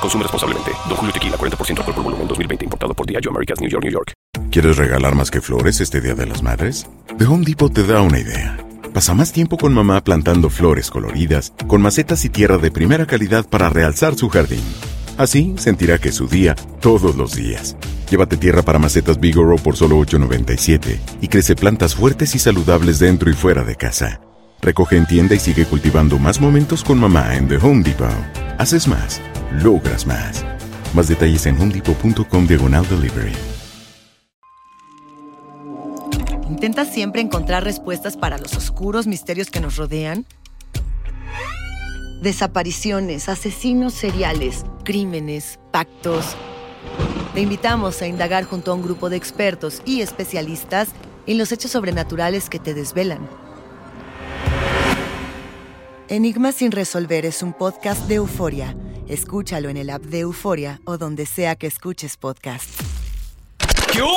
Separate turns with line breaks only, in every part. Consume responsablemente. Don Julio Tequila, 40% alcohol por volumen, 2020. Importado por Diageo Americas, New York, New York.
¿Quieres regalar más que flores este Día de las Madres? The Home Depot te da una idea. Pasa más tiempo con mamá plantando flores coloridas, con macetas y tierra de primera calidad para realzar su jardín. Así sentirá que es su día todos los días. Llévate tierra para macetas Bigoro por solo $8.97 y crece plantas fuertes y saludables dentro y fuera de casa. Recoge en tienda y sigue cultivando más momentos con mamá en The Home Depot. Haces más, logras más. Más detalles en homedepot.com diagonal delivery.
¿Intentas siempre encontrar respuestas para los oscuros misterios que nos rodean? Desapariciones, asesinos seriales, crímenes, pactos. Te invitamos a indagar junto a un grupo de expertos y especialistas en los hechos sobrenaturales que te desvelan. Enigma sin resolver es un podcast de euforia. Escúchalo en el app de Euforia o donde sea que escuches podcast.
¿Qué hubo,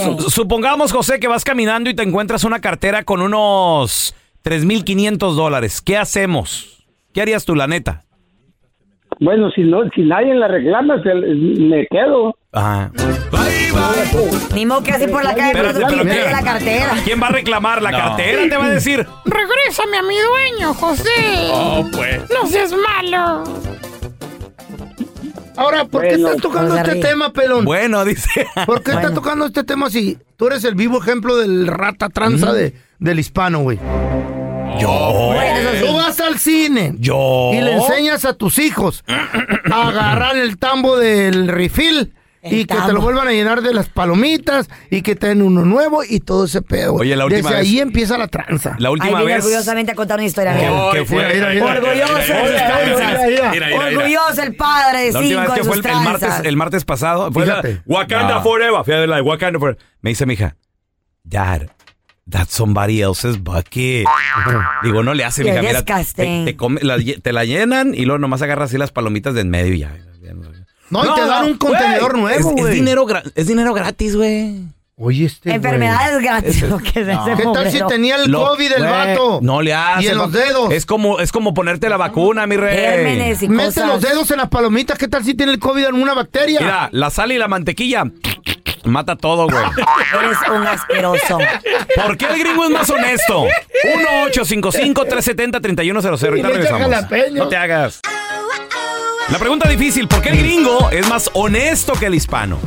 supongamos, supongamos, José, que vas caminando y te encuentras una cartera con unos 3.500 dólares. ¿Qué hacemos? ¿Qué harías tú, la neta?
bueno, si no, si nadie la reclama, se- me quedo.
Ajá.
Ni modo que así por la calle, pero
Espérate,
tú
pero
te
mira.
la cartera.
¿Quién va a reclamar? ¿La cartera te va a decir?
Regrésame a mi dueño, José.
Oh, pues.
No seas malo.
Ahora, ¿por qué
Bueno,
estás tocando
vamos a
este
reír.
tema, pelón?
Bueno, dice.
¿Por qué estás tocando este tema si tú eres el vivo ejemplo del rata tranza de, del hispano, güey?
Yo.
Tú vas al cine
Yo.
y le enseñas a tus hijos a agarrar el tambo del refill
El
y que te
tambo.
lo vuelvan a llenar de las palomitas y que te den uno nuevo y todo ese pedo. güey.
Oye, la última
Desde
vez-
ahí empieza la tranza.
La
Ahí
última
viene
vez.
orgullosamente a contar una historia.
que-
mira.
que fue-
Mira, mira, mira.
Orgulloso.
Mira, mira,
el-
mira, mira, mira.
Orgulloso el padre de
La última
cinco
vez
de
que fue
sus
el, el martes,
tranzas.
el martes pasado. Fue la-
Fíjate.
Wakanda
No.
Forever. Fíjate la de Wakanda Forever. Me dice mi hija, Dad, that's somebody else's bucket. Digo, no le hace,
Qué
mija. Mira, te,
disgusting.
te come- la, lle- te la llenan y luego nomás agarras así las palomitas de en medio y ya.
No, y te dan un contenedor
güey,
nuevo,
es- Es,
güey.
dinero, gra- es dinero gratis, güey.
Oye, este. güey.
Enfermedades gratis. lo que es ese
¿Qué tal si
pobrero.
tenía el
Lo-
COVID el
güey,
vato?
No le hace.
Y en los
va-
dedos.
Es como, es como ponerte la vacuna, mi rey.
Gérmenes y
Mete
cosas.
los dedos en las palomitas. ¿Qué tal si tiene el COVID alguna bacteria?
Mira, la sal y la mantequilla mata todo, güey.
Eres un asqueroso.
¿Por qué el gringo es más honesto?
Y
1-855-370-3100. Y te
le echa
regresamos.
jalapeño.
No te hagas. La pregunta difícil, ¿por qué el gringo es más honesto que el hispano?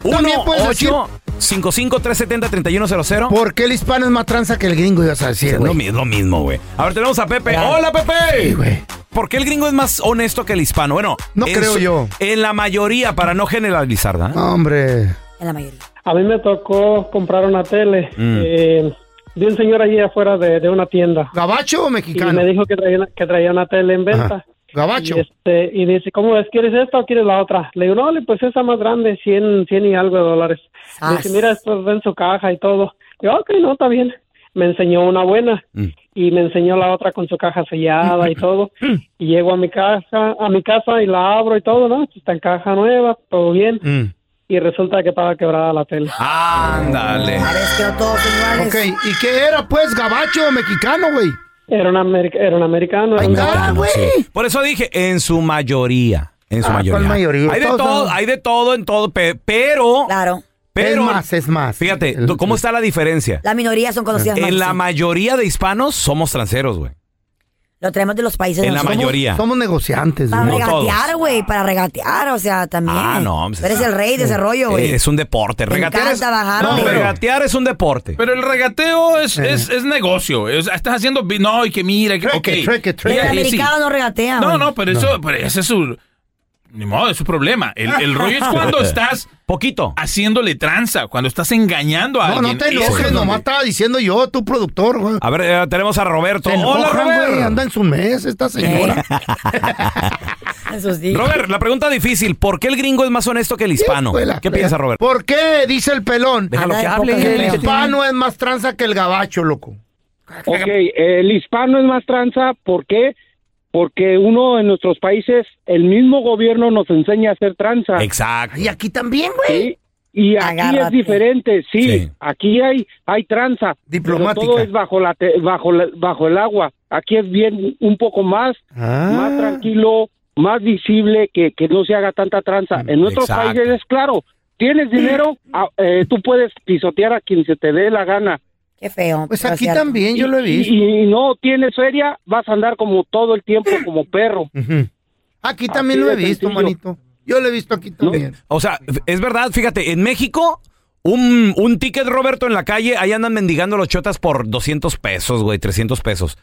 También puedes decir-
1-855-370-3100.
¿Por qué el hispano es más tranza que el gringo? Ibas a decir,
Es lo
güey.
mi- lo mismo, güey. A ver, tenemos a Pepe.
Claro.
¡Hola,
Sí,
Pepe!
güey.
¿Por qué el gringo es más honesto que el hispano? Bueno,
No
en
creo yo.
En la mayoría, para no generalizar, ¿verdad?
No, hombre.
En la mayoría.
A mí me tocó comprar una tele
Mm.
eh, de un señor allí afuera de, de una tienda.
¿Gabacho o
Y me
mexicano?
dijo que traía, una, que traía una tele en venta.
Ajá. Gabacho.
Y, este, y dice, ¿cómo es? ¿Quieres esta o quieres la otra? Le digo, no, le- pues esa más grande, 100, 100 y algo de dólares.
Ah,
dice, mira, esto va en su caja y todo. Yo, ok, no, está bien. Me enseñó una buena
Mm.
y me enseñó la otra con su caja sellada y todo.
Mm.
Y llego a mi casa, a mi casa y la abro y todo, ¿no? Está en caja nueva, todo bien.
Mm.
Y resulta que estaba quebrada la tele.
Ándale.
A veces que no todos son iguales.
Ok, ¿y qué era, pues, gabacho o mexicano, güey?
Era un, americ- era un americano. era
Ahí
un-
Ah,
está, güey.
Por eso dije, en su mayoría. En su
Ah,
mayoría.
¿cuál mayoría?
Hay de
Todos,
todo,
¿no?
hay de todo en todo, pe- pero.
Claro.
pero
es más, es más.
Fíjate,
El-
tú- ¿cómo está la diferencia?
Las minorías son conocidas más.
en la
sí.
mayoría de hispanos somos tranceros, güey.
Lo traemos de los países.
en la
nosotros.
mayoría.
Somos negociantes,
Para
No
güey.
regatear,
todos.
güey. Para regatear, o sea, también.
Ah, no, pues,
Tú eres el rey de ese rollo, güey.
es un deporte.
Me
Regatear es,
encanta bajar,
No,
pero-
regatear es un deporte.
Pero el regateo es,
Eh.
es, es negocio. Es- estás haciendo. bi- No, y que mira. Que,
Trueque,
ok.
trueque, trueque.
Pero el
Ya, y sí.
americano no regatea.
No,
güey.
no, pero eso. Pero ese es su. Ni modo, es su problema. El, el rollo es cuando estás
Poquito.
haciéndole tranza, cuando estás engañando a
No, no
alguien.
te
Ese es
enojes,
donde-
nomás estaba diciendo yo, tu productor, güey.
A ver, eh, tenemos a Roberto.
Se
Hola,
enojan, güey,
Robert. Eh,
anda en su mes esta señora.
Esos sí.
Robert, la pregunta difícil. ¿Por qué el gringo es más honesto que el hispano?
Escuela.
¿Qué piensa, Robert?
¿Por qué? Dice el pelón.
Déjalo
Anda
que
de
hable.
poca
El
gente.
hispano es más tranza que el gabacho, loco.
Ok, el hispano es más tranza, ¿por qué? Porque uno en nuestros países, el mismo gobierno nos enseña a hacer tranza.
Exacto.
Y aquí también, güey.
Sí, Y aquí
Agárrate.
es diferente, sí,
Sí.
aquí hay hay tranza, pero
Diplomática.
todo es bajo la
Ah.
te- bajo la- bajo el agua. Aquí es bien un poco más más tranquilo,
más visible, que, que no se haga tanta tranza.
Mm,
En otros
exacto.
países es claro, tienes dinero,
ah,
a- eh, tú puedes pisotear a quien se te dé la gana.
Qué feo.
Pues
pero
aquí
cierto.
también yo lo he
Y- y-
visto.
Y, no tienes feria, vas a andar como todo el tiempo como perro.
Aquí también lo he visto, manito. Yo lo he visto aquí también.
O sea, es verdad, fíjate, en México, un, un ticket, Roberto, en la calle, ahí andan mendigando los chotas por 200 pesos, güey, 300 pesos.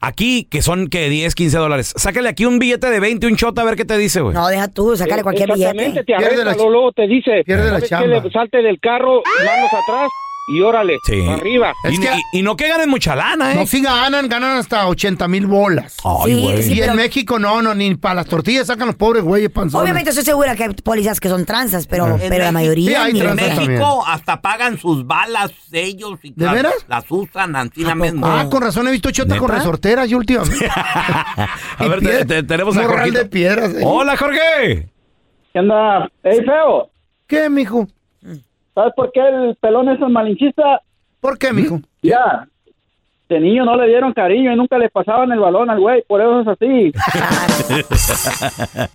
Aquí, que son, que 10, 15 dólares. Sácale aquí un billete de 20, un chota, a ver qué te dice, güey.
No, deja tú, sácale
Eh,
cualquier billete.
Exactamente, te arresta, luego, luego te dice,
pierde la
"¿Sabes qué?
chamba".
Le- salte del carro, manos atrás y órale,
Sí.
para arriba.
Y, y- y no que ganen mucha lana, ¿eh?
No, sí ganan, ganan hasta 80 mil bolas.
Ay, Sí, güey. sí,
y
pero-
en México no, no, ni para las tortillas sacan los pobres güeyes panzones.
Obviamente estoy segura que hay pólizas que son tranzas, pero, pero la mayoría ni
en
lo saben.
México hasta pagan sus balas ellos y
¿De
las,
veras?
las usan así la misma.
Ah, con razón he visto chota con resorteras yo últimamente.
A ver, te- te- tenemos a
Morral
Jorgito.
de piedras. eh.
Hola, Jorge.
¿Qué anda? ¡Ey, feo!
¿Qué, mijo?
¿Sabes por qué el pelón es un malinchista?
¿Por qué, mijo?
Ya. De niño no le dieron cariño y nunca le pasaban el balón al güey, por eso es así.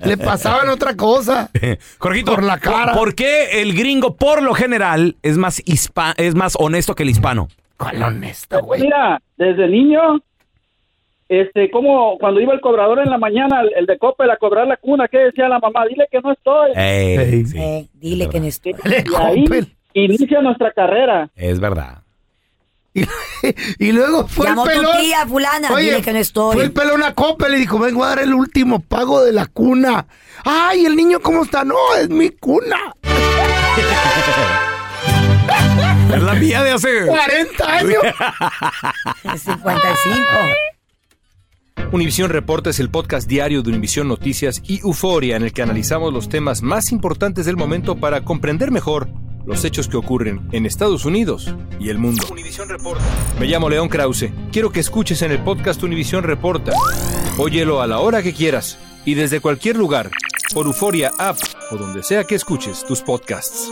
Le pasaban otra cosa.
Jorgito,
Por la cara.
¿por qué el gringo, por lo general, es más, hispa- es más honesto que el hispano?
¿Cuál honesto, güey?
Pues Mira, desde niño, este, como cuando iba el cobrador en la mañana, el, el de Coppel a cobrar la cuna, ¿qué decía la mamá? Dile que no estoy.
Ey, sí,
Eh, dile que no estoy.
Y ahí inicia nuestra carrera.
es verdad.
Y luego fue
Llamó
el
tu
pelón.
tía, fulana, dile que no estoy.
Fue el pelón a Copa y le dijo, vengo a dar el último pago de la cuna. Ay, el niño, ¿cómo está? No, es mi cuna.
Es la mía de hace
40 años.
55.
Univisión Reporta es el podcast diario de Univisión Noticias y Euforia en el que analizamos los temas más importantes del momento para comprender mejor los hechos que ocurren en Estados Unidos y el mundo. Me llamo León Krause. Quiero que escuches en el podcast Univisión Reporta. Óyelo a la hora que quieras y desde cualquier lugar por Euforia App o donde sea que escuches tus podcasts.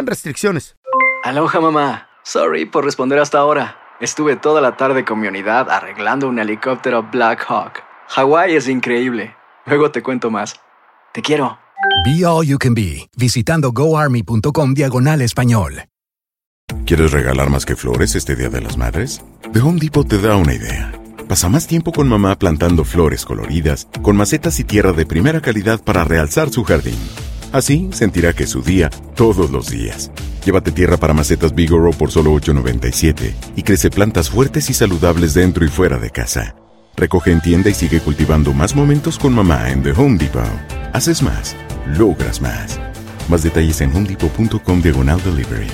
restricciones.
Aloha mamá. Sorry por responder hasta ahora. Estuve toda la tarde con mi unidad arreglando un helicóptero Black Hawk. Hawái es increíble. Luego te cuento más. Te quiero.
Be All You Can Be, visitando goarmy.com diagonal español.
¿Quieres regalar más que flores este Día de las Madres? The Home Depot te da una idea. Pasa más tiempo con mamá plantando flores coloridas, con macetas y tierra de primera calidad para realzar su jardín. Así sentirá que es su día todos los días. Llévate tierra para macetas Bigoro por solo $8.97 y crece plantas fuertes y saludables dentro y fuera de casa. Recoge en tienda y sigue cultivando más momentos con mamá en The Home Depot. Haces más, logras más. Más detalles en homedepot.com diagonal delivery.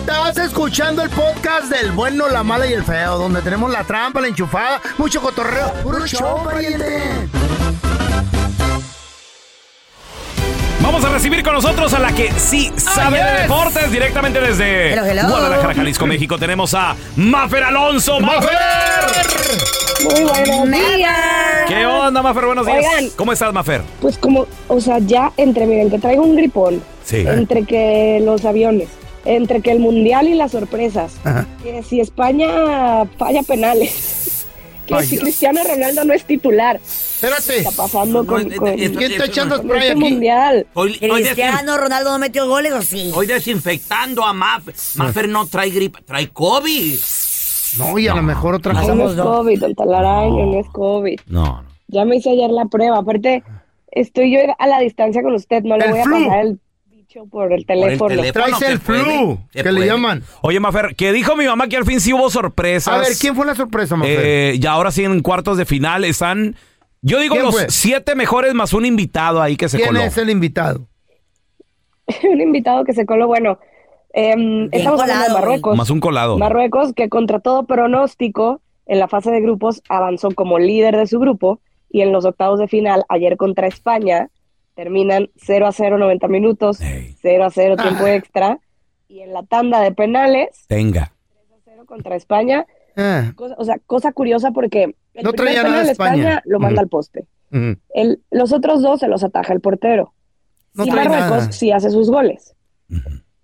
Estás escuchando el podcast del bueno, la mala y el feo, donde tenemos la trampa, la enchufada, mucho cotorreo. ¡Puro show, pariente!
Vamos a recibir con nosotros a la que sí sabe de deportes directamente desde
Hello, hello.
Guadalajara, Jalisco, México. Tenemos a Mafer Alonso. ¡Mafer!
Muy buenos días.
¿Qué onda, Mafer? Buenos días.
Oigan.
¿Cómo estás, Mafer?
Pues como, o sea, ya entre, miren, que traigo un gripón.
Sí.
Entre que los aviones, entre que el mundial y las sorpresas.
Ah.
Que si España falla penales. Que
Ay,
si
Dios.
Cristiano Ronaldo no es titular. Espérate. ¿Qué está pasando
eh,
con, con- con este mundial?
Hoy- hoy
Cristiano Ronaldo no metió goles o sí.
Hoy desinfectando a Mafer. Mafer no trae gripa, trae COVID.
No, y a lo mejor otra
Ay,
cosa.
no es COVID, el talaraño, no es COVID.
No,
Ya me hice ayer la prueba. Aparte, estoy yo a la distancia con usted. No le
El
voy a
flu.
pasar el bicho por el teléfono.
llaman.
Oye, Mafer, que dijo mi mamá que al fin sí hubo sorpresas.
A ver, ¿quién fue la sorpresa, Mafer?
Eh, ya ahora sí en cuartos de final están. Yo digo
¿Quién
los
fue?
siete mejores más un invitado ahí que se
¿Quién
coló.
es el invitado?
un invitado que se coló. Bueno, Em, estamos hablando de
colado, güey.
Marruecos.
Más un colado.
Marruecos, que contra todo pronóstico, en la fase de grupos avanzó como líder de su grupo y en los octavos de final, ayer contra España, terminan 0 a 0 90 minutos, 0 a 0 tiempo
Ah.
extra y en la tanda de penales
Tenga.
contra España. cosa- o sea, cosa curiosa porque el
Ah. No
primer
traía
penal
nada
de
España.
España, lo manda
Ujú.
al poste. El- los otros dos se los ataja el portero.
No
y
trae
Marruecos
nada.
sí hace sus goles.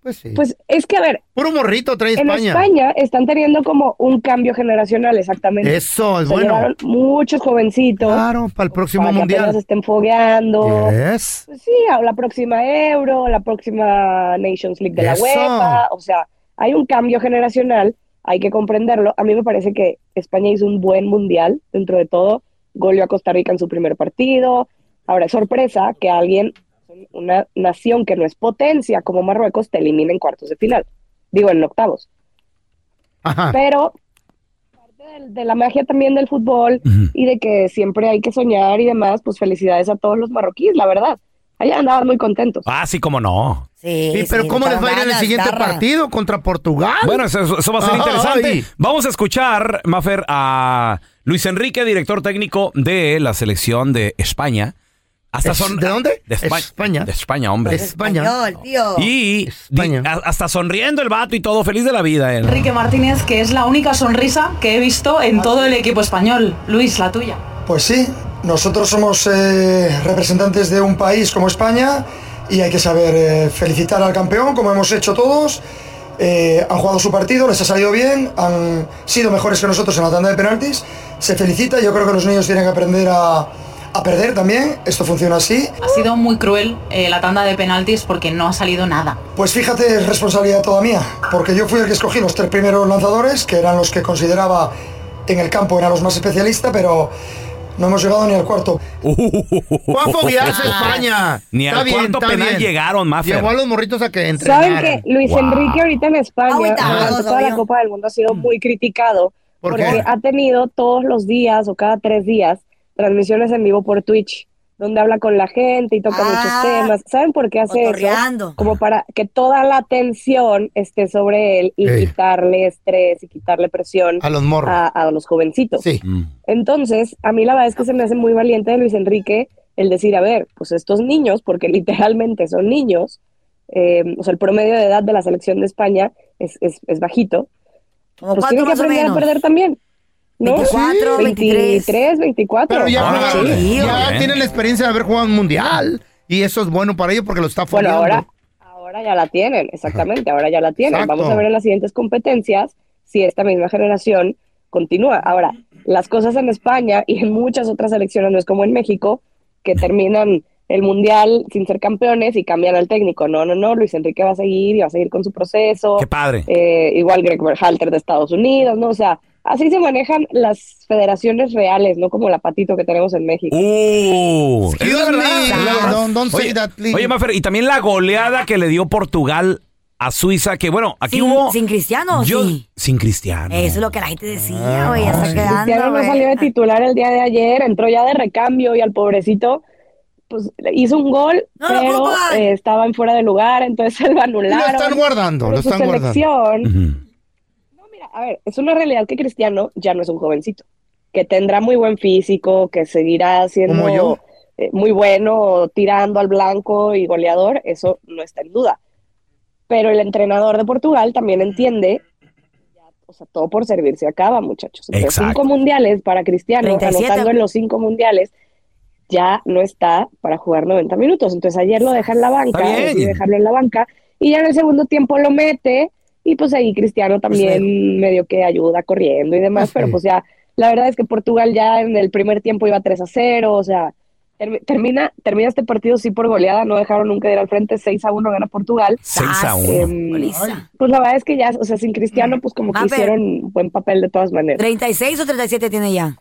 Pues sí.
Pues es que, a ver.
Puro morrito trae
En
España.
España están teniendo como un cambio generacional, exactamente.
Eso, es
Se
bueno.
llevaron muchos jovencitos. Claro,
para el próximo
que
mundial.
apenas estén fogueando.
Yes.
Pues sí, a la próxima Euro, la próxima Nations League de la
Eso.
UEFA. O sea, hay un cambio generacional, hay que comprenderlo. A mí me parece que España hizo un buen mundial dentro de todo. Goleó a Costa Rica en su primer partido. Ahora, es sorpresa que alguien, una nación que no es potencia como Marruecos, te elimine en cuartos de final. Digo, en octavos. Pero parte del- de, la magia también del fútbol y de que siempre hay que soñar y demás, pues felicidades a todos los marroquíes, la verdad. Allá andaban muy contentos.
Ah, sí, cómo no.
Sí,
Sí, pero ¿cómo les va a ir en el siguiente partido? ¿Contra Portugal?
Ah.
Bueno, eso, eso va a ser
Ah, Ay.
interesante. Vamos a escuchar, Mafer, a Luis Enrique, director técnico de la selección de España. Hasta
Es-
son,
¿de dónde?
De Espa-
España.
De España, hombre.
De España. Español,
tío.
Y di- a- hasta sonriendo el vato y todo, feliz de la vida. él.
Enrique Martínez, que es la única sonrisa que he visto en todo el equipo español. Luis, la tuya.
Pues sí, nosotros somos eh, representantes de un país como España y hay que saber eh, felicitar al campeón, como hemos hecho todos. Eh, han jugado su partido, les ha salido bien, han sido mejores que nosotros en la tanda de penaltis. Se felicita, yo creo que los niños tienen que aprender a, a perder también, esto funciona así.
Ha sido muy cruel eh, la tanda de penaltis porque no ha salido nada.
Pues fíjate, es responsabilidad toda mía, porque yo fui el que escogí los tres primeros lanzadores, que eran los que consideraba en el campo eran los más especialistas, pero no hemos llegado ni al cuarto. Oh,
Juan Foguearse España.
Ni al cuarto penal llegaron, Mafer.
Llevó a los morritos a que
¿Saben
entrenaran.
que Luis Enrique ahorita en España, durante toda la Copa del Mundo ha sido muy criticado
Mm. ¿Por
porque
qué?
ha tenido todos los días o cada tres días transmisiones en vivo por Twitch donde habla con la gente y toca muchos temas. ¿Saben por qué hace eso?
cotorreando.
Como para que toda la atención esté sobre él y
Ey.
quitarle estrés y quitarle presión
A los morros.
a, a los jovencitos.
Mm.
Entonces, a mí la verdad es que se me hace muy valiente de Luis Enrique el decir, a ver, pues estos niños, porque literalmente son niños, eh, o sea, el promedio de edad de la selección de España es, es, es bajito,
Como
pues
cuatro
tienen que
más o
aprender a
menos.
perder también. ¿no?
24,
23, 24.
Pero ya,
Ah,
jugaron,
sí.
ya tienen la experiencia de haber jugado un mundial. Y eso es bueno para ellos porque lo está
Bueno,
fogueando.
ahora, ahora ya la tienen, exactamente, ahora ya la tienen.
Exacto.
Vamos a ver en las siguientes competencias si esta misma generación continúa. Ahora, las cosas en España y en muchas otras selecciones no es como en México, que terminan el mundial sin ser campeones y cambian al técnico. No, no, no, Luis Enrique va a seguir y va a seguir con su proceso.
Qué padre.
Eh, igual Greg Berhalter de Estados Unidos, ¿no? O sea, así se manejan las federaciones reales, no como la patito que tenemos en México.
Uh, es
Excuse
la
me,
verdad.
don't- don't say
oye,
that, please.
oye, Mafer, y también la goleada que le dio Portugal a Suiza, que bueno, aquí
Sin,
hubo...
sin cristiano,
yo-
sí.
Sin Cristiano.
Eso es lo que la gente decía, güey. ya está
Cristiano
quedando,
no
güey.
salió de titular el día de ayer, entró ya de recambio y al pobrecito pues le hizo un gol,
No lo
pero
ocupan.
eh, estaba en fuera de lugar, entonces se lo anularon.
Lo están guardando,
Pero
lo
su
están guardando.
selección- No, mira, a ver, es una realidad que Cristiano ya no es un jovencito, que tendrá muy buen físico, que seguirá siendo
Como yo.
eh, muy bueno, tirando al blanco y goleador, eso no está en duda. Pero el entrenador de Portugal también entiende o sea, todo por servirse acaba, muchachos. Entonces,
Exacto.
cinco mundiales para Cristiano,
37.
anotando en los cinco mundiales, ya no está para jugar 90 minutos. Entonces, ayer lo deja en la banca,
Está bien.
decide dejarlo en la banca, y ya en el segundo tiempo lo mete, y pues ahí Cristiano también medio que ayuda corriendo y demás, pero pues ya, la verdad es que Portugal ya en el primer tiempo iba 3 a 0, o sea, termi- termina, termina este partido sí por goleada, no dejaron nunca de ir al frente, 6 a 1 gana Portugal.
6 a 1.
Em, pues la verdad es que ya, o sea, sin Cristiano, pues como
Ah,
que
pero-
hicieron buen papel de todas maneras.
36 o 37 tiene ya.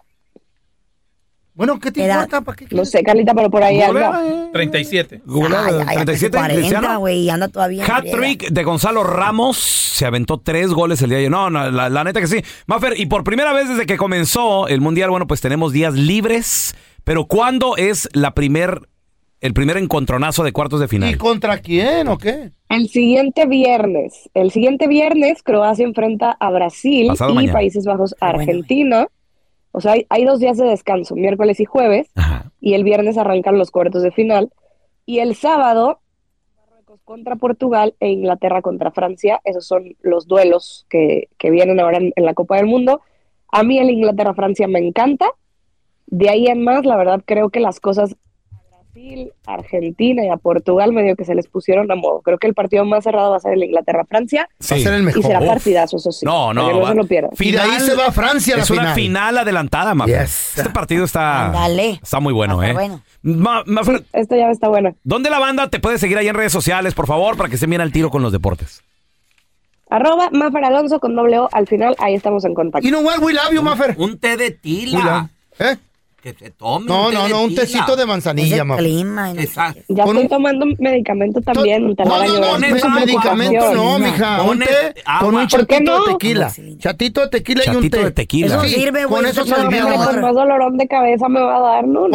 Bueno, ¿qué
te importa?
No sé, Carlita, pero por ahí anda.
37.
eh. Goleada, 37
40,
Cristiano.
güey, y anda todavía. en friega.
Hat-trick de Gonzalo Ramos. Se aventó tres goles el día de ayer. No, no, la, la neta que sí. Mafer, y por primera vez desde que comenzó el Mundial, bueno, pues tenemos días libres. Pero ¿cuándo es la primer el primer encontronazo de cuartos de final.
¿Contra quién o qué?
El siguiente viernes, el siguiente viernes Croacia enfrenta a Brasil
Pasado
y
mañana.
Países Bajos a Argentina. O sea, hay, hay dos días de descanso, miércoles y jueves, y el viernes arrancan los cuartos de final. Y el sábado, Marruecos contra Portugal e Inglaterra contra Francia. Esos son los duelos que, que vienen ahora en, en la Copa del Mundo. A mí el Inglaterra-Francia me encanta. De ahí en más, la verdad creo que las cosas a Argentina y a Portugal medio que se les pusieron a modo. Creo que el partido más cerrado va a ser el Inglaterra-Francia.
Sí. Va a ser el mejor.
Y será
Uf.
partidazo, eso sí.
No, no.
Para que no
va-
se lo pierdan.
Es una final adelantada, Mafer. Este partido está.
Ándale.
Está muy bueno,
Ah,
Está
¿eh?
bueno.
Ma- Mafer,
Esta llave está buena.
¿dónde la banda te puede seguir ahí en redes sociales, por favor, para que se bien al tiro con los deportes?
Arroba Maffer Alonso con doble O al final. Ahí estamos en contacto.
You know what? We love you, Mafer.
Un té de tila.
¿Eh?
Que se tome.
No, no, no, un
tila.
tecito de manzanilla, Es el Mafer. clima y no sé
Exacto.
Ya estoy tomando medicamento también. te la
No,
van a
no, no,
llevar. Es
no,
una
medicamento no,
preocupación.
mija. Un té con un
¿Por qué
chatito
no?
de tequila. Chatito de tequila y un
Chatito
té.
de tequila.
Eso sirve, güey,
Con
eso
eso se
te va a
alivia.
dar
la
más
dolorón de cabeza me va a dar, ¿no?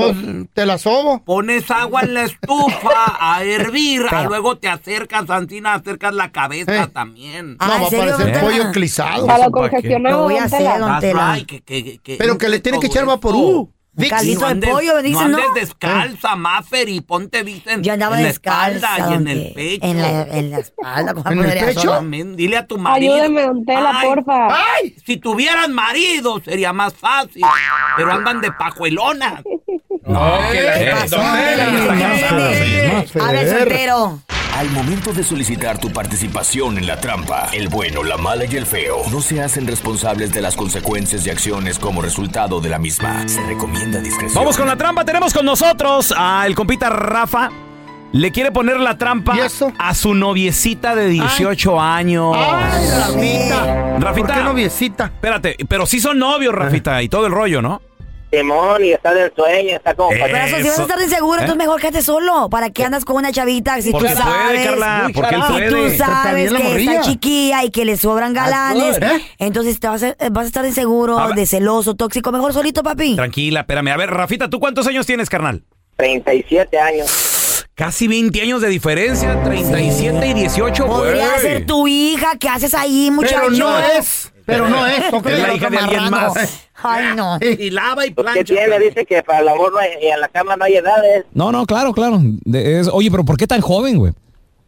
te la sobo.
Pones agua en la estufa a hervir, a
Claro.
luego te acercas, Santina, acercas la cabeza también.
Eh. No, va a parecer pollo clisado.
Lo voy a hacer, don Tela.
Pero que le tiene que echar Uh, vaporú. Vicks.
No andes- No andes descalza, Maffer, y ponte Vicen Yo
Eh. andaba
en la
descalza,
espalda y
don
en el
Tela.
pecho.
En la-
en la espalda.
¿cómo ¿En el podría pecho? sola?
Dile a tu marido.
Ayúdeme, don Tela,
Ay,
porfa.
ay, Si tuvieran marido sería más fácil, pero andan de pajuelona.
Eh,
A ver, soltero.
Al momento de solicitar tu participación en la trampa, el bueno, la mala y el feo no se hacen responsables de las consecuencias y acciones como resultado de la misma. Se recomienda discreción.
Vamos con la trampa. Tenemos con nosotros a el compita Rafa. Le quiere poner la trampa a su noviecita de 18 años.
Ay, Rafita.
Rafita.
¿Por qué noviecita?
Espérate, pero sí son novios, Rafita, y todo el rollo, ¿no?
Demonio, está del sueño, está como...
Eso.
Pero eso, si vas a estar inseguro,
¿Eh?
entonces mejor quédate solo. ¿Para qué andas con una chavita si tú
Porque puede,
sabes?
Carla, porque él
si
puede.
tú
Está
sabes
bien la
que
morrilla. ¿eh?
está chiquilla y que le sobran galanes, entonces te vas a, eh, vas a estar inseguro, de celoso, tóxico. Mejor solito, papi.
Tranquila, espérame. A ver, Rafita, ¿tú cuántos años tienes, carnal?
37 años.
Casi 20 años de diferencia, 37 y 18,
Podría
güey.
ser tu hija. ¿Qué haces ahí, muchacho?
Es la hija de alguien más.
Ay, no.
Y lava y
¿Qué tiene? Dice que para el amor no hay- y en la cama no hay edades.
No, no, claro, claro. De- es- oye, pero ¿por qué tan joven, güey?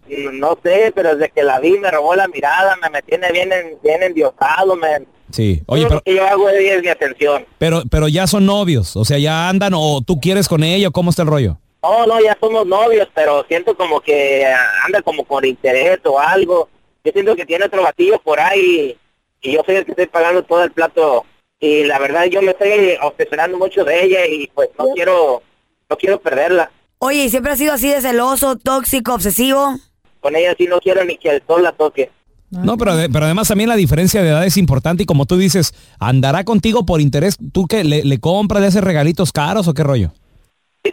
Mm, No sé, pero desde que la vi me robó la mirada, me, me tiene bien, en- bien endiosado, me...
Sí. Oye,
Todo
pero,
lo que yo hago es mi atención.
pero, pero ya son novios. O sea, ya andan o tú quieres con ella o cómo está el rollo.
No, no, ya somos novios, pero siento como que ah, anda como con interés o algo. Yo siento que tiene otro batillo por ahí y yo soy el que estoy pagando todo el plato. Y la verdad yo me estoy obsesionando mucho de ella y pues no quiero, no quiero perderla.
Oye, ¿y siempre has sido así de celoso, tóxico, obsesivo?
Con ella sí no quiero ni que el sol la toque.
No, pero, ade- pero además también la diferencia de edad es importante y como tú dices, andará contigo por interés. ¿Tú qué? ¿Le, le compras, le haces regalitos caros o qué rollo?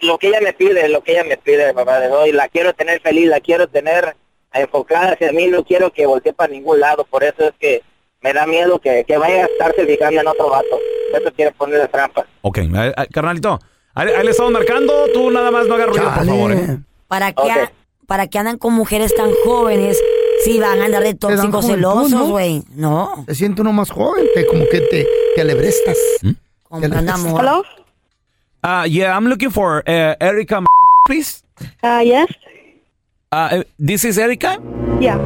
Lo que ella me pide, lo que ella me pide, papá de hoy, la quiero tener feliz, la quiero tener enfocada hacia mí, no quiero que voltee para ningún lado, por eso es que me da miedo que, que vaya a estarse fijando en otro vato. Eso quiere ponerle trampa.
Ok, a ver, a- carnalito, ahí ahí le estamos marcando. Tú nada más no hagas ruido, por favor. ¿eh?
¿Para qué, a- ¿Para qué andan con mujeres tan jóvenes si van a andar de
Te dan
tóxicos
juventud,
celosos,
¿no?
güey? No.
Te siento uno más joven, te, como que te, te alebrestas. Te alebrestas.
¿Mm? amor.
Ah, yeah, I'm looking for eh, Erika, M- please.
Ah, yes.
Ah, eh, this is Erika.
Yeah.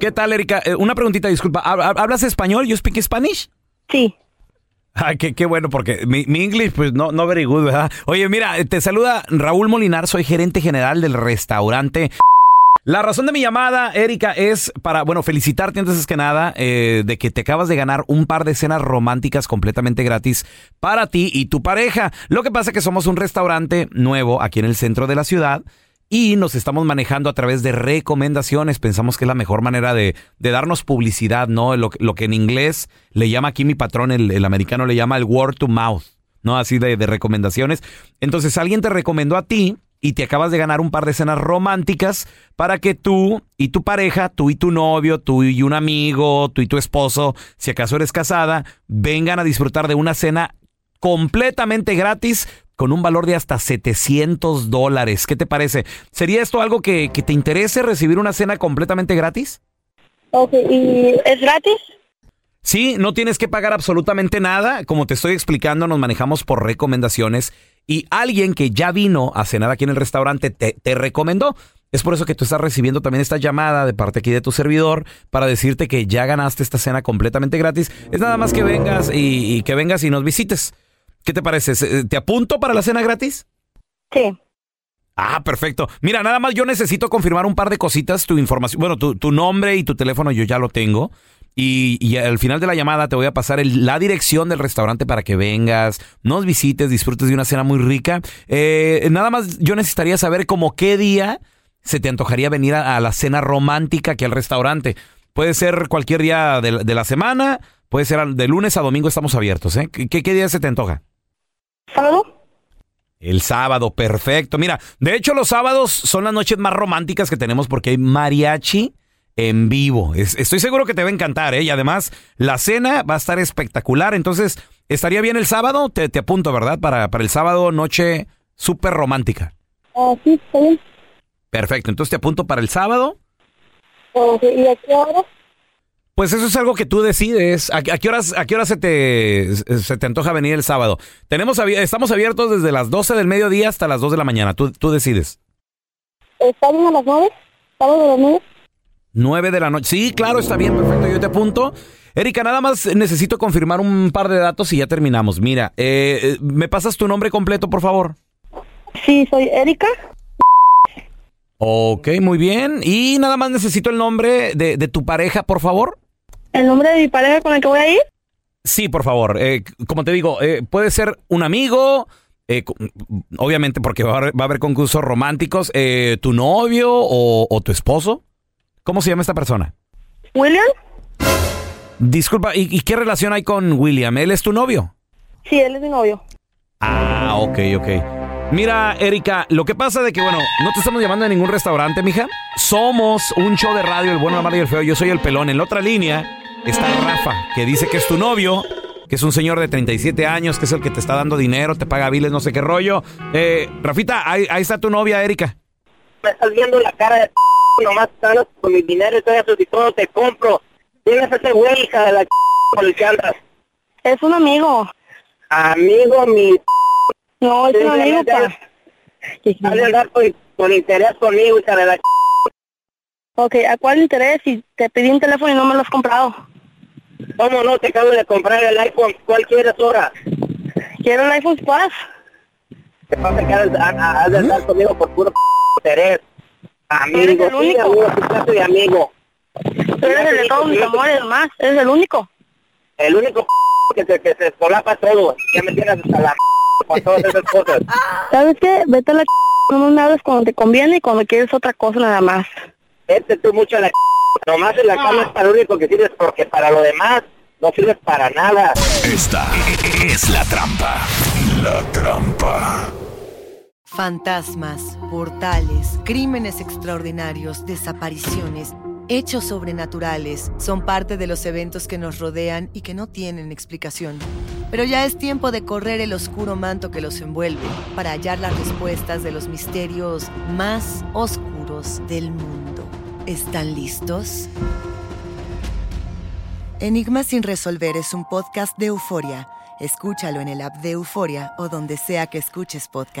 ¿Qué tal, Erika? Eh, una preguntita, disculpa. ¿Hab- hab- ¿Hablas español? ¿You speak Spanish?
Sí.
Ah, qué, qué bueno, porque mi, mi English, pues no, no very good, ¿verdad? Oye, mira, eh, te saluda Raúl Molinar, soy gerente general del restaurante. La razón de mi llamada, Erika, es para, bueno, felicitarte antes que nada eh, de que te acabas de ganar un par de cenas románticas completamente gratis para ti y tu pareja. Lo que pasa es que somos un restaurante nuevo aquí en el centro de la ciudad y nos estamos manejando a través de recomendaciones. Pensamos que es la mejor manera de, de darnos publicidad, ¿no? Lo, que- lo que en inglés le llama aquí mi patrón, el, el americano le llama el word to mouth. ¿no? Así de, de recomendaciones. Entonces, alguien te recomendó a ti y te acabas de ganar un par de cenas románticas para que tú y tu pareja, tú y tu novio, tú y un amigo, tú y tu esposo, si acaso eres casada, vengan a disfrutar de una cena completamente gratis con un valor de hasta 700 dólares. ¿Qué te parece? ¿Sería esto algo que, que te interese recibir una cena completamente gratis?
Ok, ¿y es gratis?
Sí, no tienes que pagar absolutamente nada. Como te estoy explicando, nos manejamos por recomendaciones y alguien que ya vino a cenar aquí en el restaurante te, te recomendó. Es por eso que tú estás recibiendo también esta llamada de parte aquí de tu servidor para decirte que ya ganaste esta cena completamente gratis. Es nada más que vengas y, y que vengas y nos visites. ¿Qué te parece? ¿Se- eh, ¿Te apunto para la cena gratis?
Sí.
Ah, perfecto. Mira, nada más yo necesito confirmar un par de cositas, tu información, bueno, tu, tu nombre y tu teléfono yo ya lo tengo. Y, y al final de la llamada te voy a pasar el- la dirección del restaurante para que vengas, nos visites, disfrutes de una cena muy rica. Eh, nada más yo necesitaría saber como qué día se te antojaría venir a, a la cena romántica aquí al restaurante. Puede ser cualquier día de, la- de la semana, puede ser al- de lunes a domingo estamos abiertos. ¿eh? ¿Qué- qué- qué día se te antoja? El sábado, perfecto. Mira, de hecho los sábados son las noches más románticas que tenemos porque hay mariachi en vivo. Es- estoy seguro que te va a encantar, ¿eh? Y además la cena va a estar espectacular. Entonces, ¿estaría bien el sábado? Te, te apunto, ¿verdad? Para, para el sábado, noche súper romántica.
Ah, sí, está bien.
Perfecto, entonces te apunto para el sábado.
Ok, ¿Y a qué hora?
Pues eso es algo que tú decides. ¿A, a qué horas, a qué horas se, te, se te antoja venir el sábado? Tenemos, abi- estamos abiertos desde las 12 del mediodía hasta las 2 de la mañana. Tú, tú decides.
¿Está bien a las nueve? ¿Sábado a las nueve?
9 de la noche. Sí, claro, está bien, perfecto, yo te apunto. Erika, nada más necesito confirmar un par de datos y ya terminamos. Mira, eh, eh, ¿me pasas tu nombre completo, por favor?
Sí, soy Erika.
Ok, muy bien. Y nada más necesito el nombre de, de tu pareja, por favor.
¿El nombre de mi pareja con la que voy a ir?
Sí, por favor. Eh, c- como te digo, eh, puede ser un amigo, eh, cu- obviamente porque va a haber, va a haber concursos románticos, eh, tu novio o, o tu esposo. ¿Cómo se llama esta persona?
¿William?
Disculpa, ¿y- ¿y qué relación hay con William? ¿Él es tu novio?
Sí, él es mi novio.
Ah, ok, ok. Mira, Erika, lo que pasa de que, bueno, no te estamos llamando de ningún restaurante, mija. Somos un show de radio, el bueno, la mala y el feo. Yo soy el pelón. En la otra línea está Rafa, que dice que es tu novio, que es un señor de 37 años, que es el que te está dando dinero, te paga biles, no sé qué rollo. Eh, Rafita, ahí, ahí está tu novia, Erika.
me estás viendo la cara de p- nomás estás con mi dinero y todo eso y todo te compro. Tienes ese güey, hija de la c- por el que andas.
Es un amigo.
Amigo, mi...
No, es un amigo, pa.
Dale andar con, con interés conmigo, hija de la c-
Ok, ¿a cuál interés? Si te pedí un teléfono y no me lo has comprado.
¿Cómo no? Te acabo de comprar el iPhone. ¿Cuál quieres ahora?
Quiero un iPhone Plus.
Te vas a quedar a, a- has de andar conmigo por puro p- interés.
Eres
Amigo,
el
sí,
único.
amigo, sí, yo soy amigo.
Tú eres el de todos mis amores, más. Eres el único.
El único p- que se, que se solapa todo. Ya me tienes hasta la p- con todas esas cosas.
¿Sabes qué? Vete a la ch- No me hables cuando te conviene y cuando quieres otra cosa nada más.
Este tú mucho a la c... Nomás
Ah.
en la cama es para lo único que sirves porque para lo demás no sirves para nada.
Esta es la trampa. La trampa.
Fantasmas, portales, crímenes extraordinarios, desapariciones, hechos sobrenaturales son parte de los eventos que nos rodean y que no tienen explicación. Pero ya es tiempo de correr el oscuro manto que los envuelve para hallar las respuestas de los misterios más oscuros del mundo. ¿Están listos? Enigma sin resolver es un podcast de euforia. Escúchalo en el app de Euforia o donde sea que escuches podcast.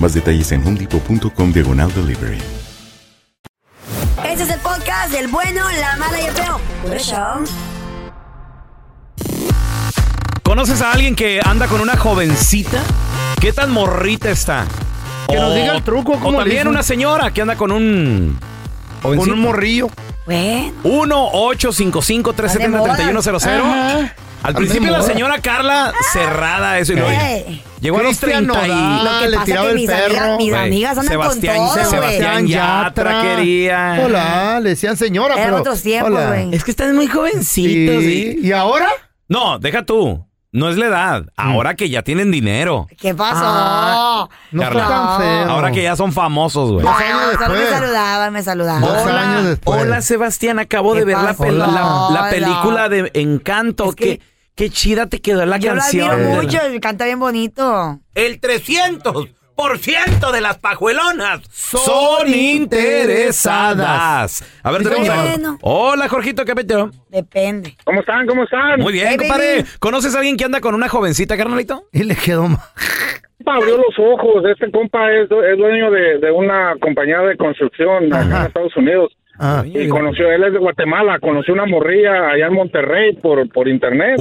Más detalles en homedepot.com diagonal delivery.
Este es el podcast del bueno, la mala y el feo. Por eso.
¿Conoces a alguien que anda con una jovencita? ¿Qué tan morrita está?
Que nos diga el truco,
O
¿cómo le
también
hizo?
una señora que anda con un...
Con un morrillo.
1-855-370-3100.
Ajá. Ande
Al principio
de
la
moda.
señora Carla cerrada eso y luego
Ey.
llegó a los
Cristian
30 y
Nodal, Lo que le pasa tiraba que el mis perro. amigas- mis
Güey,
amigas andan con
Sebastián,
todo, güey.
Sebastián Yatra quería.
Hola, le decían señora,
Eran
pero.
otros tiempos,
hola.
güey.
Es que están muy jovencitos.
Sí. ¿Y ahora?
No, deja tú. No es la edad.
Mm.
Ahora que ya tienen dinero.
¿Qué pasó?
Ah,
no
Carla. Ahora que ya son famosos, güey.
solo Ah, me saludaban, me saludaban.
Hola, Sebastián, acabo de
¿Qué
ver la,
pasó?
pel- la- la
Hola.
película de Encanto. qué, qué chida te quedó la
Yo lo
canción.
admiro mucho, canta bien bonito.
El 300% de las pajuelonas
Son interesadas. A ver, tenemos a-
Bueno.
Hola, Jorgito, ¿qué peteo?
Depende.
¿Cómo están? ¿Cómo están? Muy bien,
Hey,
compadre.
baby.
¿Conoces a alguien que anda con una jovencita, carnalito?
Y le quedó mal.
compa abrió los ojos. Este compa es, du- es dueño de, de una compañía de construcción acá en Estados Unidos. y conoció, él es de Guatemala, conoció una morrilla allá en Monterrey por, por internet.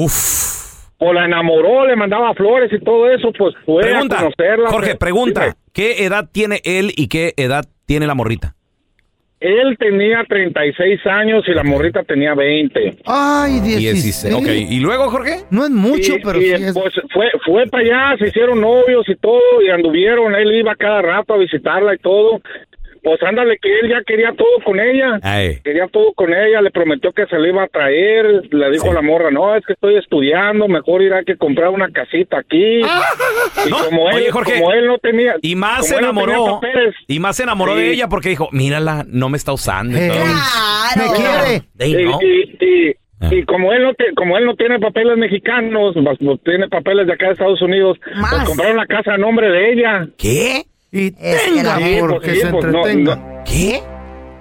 O la enamoró, le mandaba flores y todo eso, pues fue a
Pregunta.
conocerla.
Jorge,
Pues,
pregunta.
dime,
¿Qué edad tiene él y qué edad tiene la morrita?
Él tenía 36 años y la morrita tenía 20.
Ay, 16.
Ah, Ok, ¿y luego, Jorge?
No es mucho,
Y-
pero
y
sí es.
después fue, fue para allá, se hicieron novios y todo, y anduvieron, él iba cada rato a visitarla y todo. Pues ándale, que él ya quería todo con ella. Quería todo con ella, le prometió que se le iba a traer, le dijo a la morra, no, es que estoy estudiando, mejor irá que comprar una casita aquí. Y
Ah, No,
como, él,
oye, Jorge,
como él no tenía...
Y más
como
se
él no tenía
enamoró.
papeles,
y más se enamoró
Sí.
de ella porque dijo, mírala, no me está usando. y todo.
Me quiere.
They
Y,
know.
y- y- y como él no te- como él no tiene papeles mexicanos, más no tiene papeles de acá de Estados Unidos, pues compraron la casa a nombre de ella.
¿Qué?
Y
tenga porque se
pues,
entretenga.
¿Qué?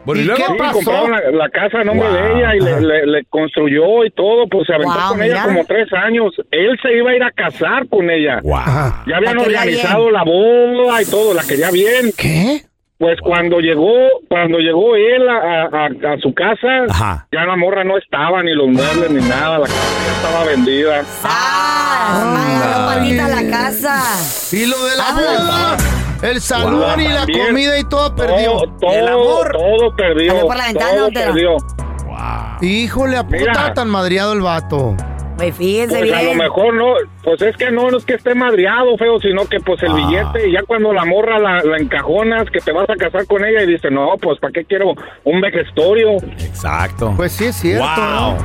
Bueno,
¿Y luego? qué pasó?
compraron la, la casa a nombre de
Wow.
ella y le,
Ajá.
le- le construyó y todo, pues se aventó
Wow,
con ella
mira.
como tres años. Él se iba a ir a casar con ella. Ya habían La quería organizado bien. la boda y todo, la quería bien.
¿Qué?
Pues cuando llegó, cuando llegó él a, a- a- a su casa, ya la morra no estaba, ni los muebles, ni nada, la casa ya estaba vendida.
Patita a la casa.
Y lo de la boda. El salón y la
También.
comida y todo perdió.
Todo, todo perdió.
Salió por la ventana,
todo
Otero.
perdió.
Híjole, ¿a poco
Mira.
estaba tan madreado el vato?
Güey, fíjense
Pues a lo mejor no, pues es que no, no es que esté madreado, feo, sino que pues el billete, ya cuando la morra la, la encajonas, que te vas a casar con ella y dice, no, pues ¿para qué quiero un vejestorio?
Exacto.
Pues sí, es cierto.
Wow.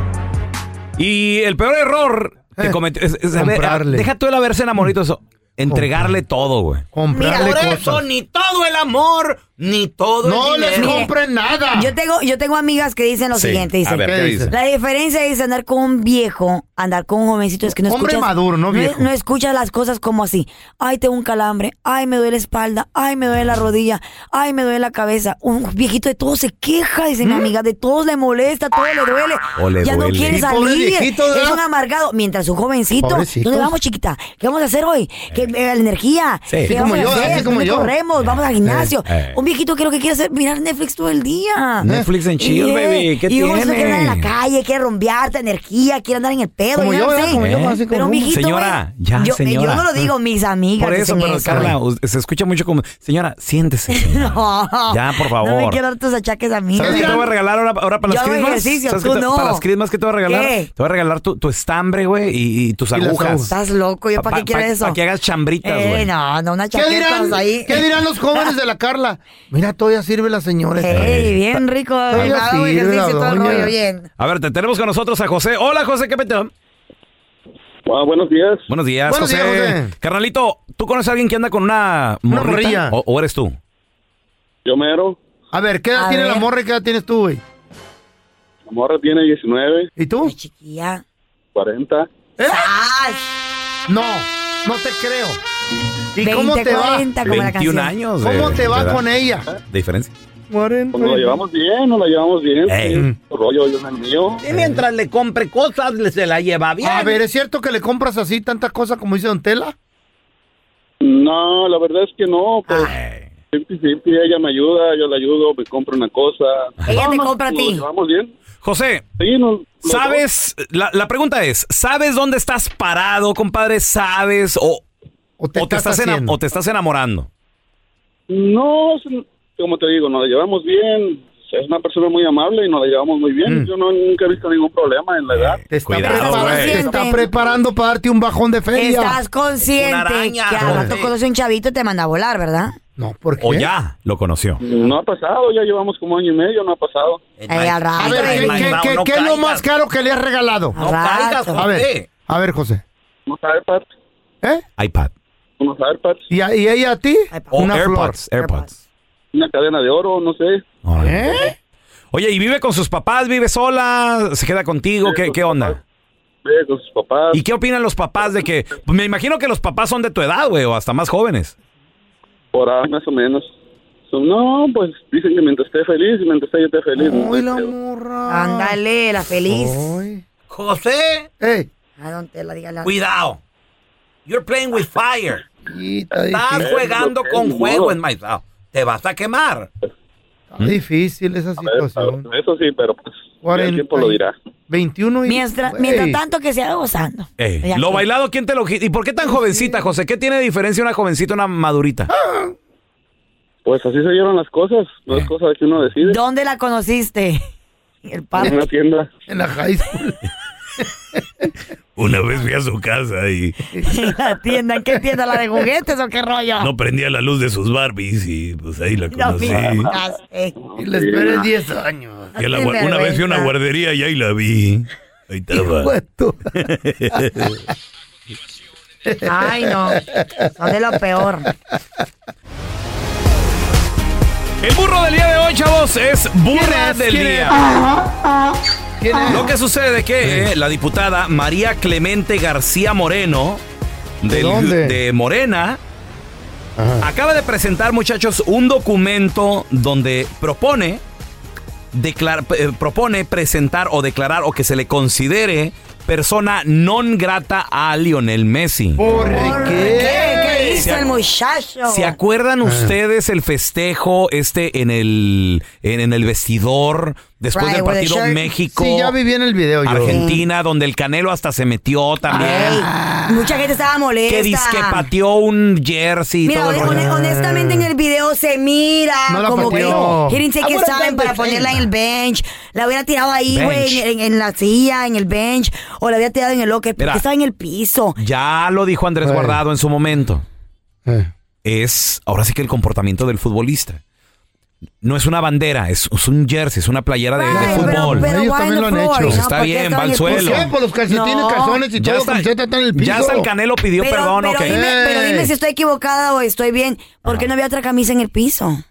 Y el peor error que cometió es, es haber-
Comprarle.
deja tú el haberse enamorado eso. Entregarle todo, güey.
Mira,
Comprarle
por
cosas.
eso ni todo el amor, ni todo el dinero.
nada.
Yo tengo, yo tengo amigas que dicen lo
Sí.
siguiente.
A
Dicen,
ver, ¿qué dice?
La diferencia es andar con un viejo, andar con un jovencito. Es que no
Hombre
escuchas-
maduro, no viejo.
No, escuchas las cosas como así. Ay, tengo un calambre. Ay, me duele la espalda. Ay, me duele la rodilla. Ay, me duele la cabeza. Un viejito de todo se queja, dice mi amiga. De todos le molesta, todo le duele.
O le
ya no
duele.
quiere
Sí, pobre
salir.
viejito,
es
¿verdad?
un amargado. Mientras un jovencito.
Pobrecitos.
¿Dónde vamos, chiquita? ¿Qué vamos a hacer hoy? ¿Qué, eh, la energía.
Sí.
¿Qué
Así
vamos
como
a
yo,
hacer?
así como
¿Dónde
yo.
corremos? Vamos al gimnasio.
Eh.
Un viejito que lo que quiere hacer quiere mirar Netflix todo el día.
Netflix and chill,
Yeah.
baby. ¿Qué
y uno se quiere andar en
tiene?
la calle, quiere rumbearte, energía, quiere andar en el pedo.
Como
ya
yo,
no
¿verdad?
sé.
Como yo,
¿Eh?
así como
pero
un-
mijito,
Señora,
eh,
ya,
yo, eh,
señora.
Yo no lo digo, mis amigas.
Por eso,
dicen
pero Carla, u- se escucha mucho como. Señora, siéntese. señora.
No.
Ya, por
No
favor.
me quiero dar tus achaques a mí.
¿Sabes qué te voy a regalar ahora, ahora para
Yo
las
hago
crismas?
ejercicio,
¿Sabes
tú
qué te-
no.
Para las crismas, ¿qué te voy a regalar?
¿Qué?
Te voy a regalar tu, tu estambre, güey, y, y tus
las
agujas.
agujas. Estás loco, ¿yo para qué quiero eso?
Para que hagas chambritas,
Eh,
güey.
no, no, una
¿Qué dirán,
chaquetas ahí.
¿Qué dirán los jóvenes de la Carla? Mira, todavía sirve la señora. esta.
Ey, bien rico.
Todavía
eh, hago
sirve
ejercicio
la
y todo el
doña.
rollo, bien.
A ver, te tenemos con nosotros a José. Hola, José, ¿qué peteo?
Ah, buenos días.
Buenos días,
Buenos
José.
días, José.
Carnalito, ¿tú conoces a alguien que anda con una
Una
morrita?
morrilla.
¿O, o eres tú?
Yo mero,
A ver, ¿qué edad
A
tiene la
ver.
morra y qué edad tienes tú, güey?
la morra tiene 19,
¿Y tú? ¿Eh?
Ya.
40.
No, no te creo. ¿Y
20,
cómo te
40,
va?
como la 21 canción. años de-
¿Cómo te va
de edad.
con ella?
¿De diferencia?
Pues nos la llevamos bien, nos la llevamos bien.
Eh.
Sí, rollo, yo soy el mío.
Y mientras le compre cosas, le- se la lleva bien.
A ver, ¿es cierto que le compras así tantas cosas como dice Don Tela?
No,
No, la verdad es que no, pero
Ah.
siempre, siempre ella me ayuda, yo la ayudo, me compro una cosa.
Ella te compra a ti.
¿Vamos bien?
José, ¿sabes? La, la pregunta es, ¿sabes dónde estás parado, compadre? ¿Sabes? ¿O, o te,
estás
estás ena-
haciendo.
o te estás enamorando?
No, es- como te digo, nos la llevamos bien. Es una persona muy amable y nos la llevamos muy bien. Yo no, nunca he visto ningún problema en la edad.
Mm. Cuidado, güey.
Te está preparando para darte un bajón de feria.
Estás consciente que al rato conoce un chavito y te manda a volar, ¿verdad?
O ya lo conoció.
No ha pasado, ya llevamos como año y medio, no ha pasado.
Eh, al rato.
A ver, ¿qué, qué- qué- qué es lo más caro que le has regalado?
No caigas,
a ver,
José.
a ver, José.
Unos iPads.
¿Eh?
iPad.
Unos iPads.
¿Y, a- y ella a ti? Una flor.
AirPods.
Una cadena de oro, no sé.
¿Eh?
Oye, ¿y vive con sus papás? ¿Vive sola? ¿Se queda contigo? ¿Qué, qué onda?
Vive con sus papás.
¿Y qué opinan los papás de que... pues, Me imagino que los papás son de tu edad, güey, o hasta más jóvenes.
Por ahí, más o menos. So, no, pues dicen que mientras esté feliz, mientras esté yo esté feliz.
Ándale, la feliz.
José.
¿A dónde la diga la-
Cuidado. Ah. You're playing with fire. Estás
difícil.
jugando
Es lo que
con
es,
fuego,
modo.
enmaizado. Te vas a quemar.
Está difícil esa situación.
Eso sí, pero pues el
Cuarenta
tiempo lo dirá.
21 y...
Mientras,
Güey.
mientras tanto que se haga gozando. Ya
Eh, Lo
que-
bailado, ¿quién te lo... gi- ¿Y por
Pues
qué tan jovencita, José? ¿Qué tiene de diferencia una jovencita y una madurita?
Pues así se llevan las cosas. No
Eh.
es cosa de que uno decide.
¿Dónde la conociste? El
En una
padre.
tienda.
En la high school.
Una vez fui a su casa y
En la tienda. ¿En qué tienda? ¿La de juguetes o qué rollo?
no prendía la luz de sus Barbies y pues ahí la
No
conocí.
pintaste.
Y le esperé 10 años.
Fui a la guar- una vez fui a una guardería y ahí la vi. Ahí estaba.
Ay, no. Son de lo peor.
El burro del día de hoy, chavos, es burra del día.
Ah.
Lo que sucede que eh, la diputada María Clemente García Moreno del-
dónde?
de Morena acaba de presentar, muchachos, un documento donde propone declar- eh, propone presentar o declarar o que se le considere persona non grata a Lionel Messi.
Oh. ¿Qué, ¿Qué hizo
Se
el muchacho?
¿Se acuerdan ustedes el festejo este en el en, en el vestidor después
Right,
del
with the
partido
shirt.
México?
Sí, ya vi
bien el video
yo.
Argentina donde el Canelo hasta se metió también.
Ah.
Mucha gente estaba molesta.
que disque pateó un jersey y
Ah. Mira,
todo el
hone-
rollo.
honestamente en el video se mira
No la
como que
pateó.
quieren take his time para ponerla en el bench. La hubiera tirado ahí, güey,
Bench.
en, en- en la silla, en el bench. O la hubiera tirado en el locker porque
Mira.
estaba en el piso.
Ya lo dijo Andrés
Eh.
Guardado en su momento. Es ahora sí que el comportamiento del futbolista. No es una bandera, es, es un jersey, es una playera de, de fútbol.
Ellos también lo han hecho.
Pues está bien, va al suelo.
¿Por qué? Por los calcetines,
No.
calzones y todo,
Ya
pues,
está-
camiseta está en el piso. Eh.
ya hasta el Canelo pidió
Pero-
perdón,
pero
ok.
dime, pero dime si estoy equivocada o estoy bien. ¿Por qué no había otra camisa en el piso?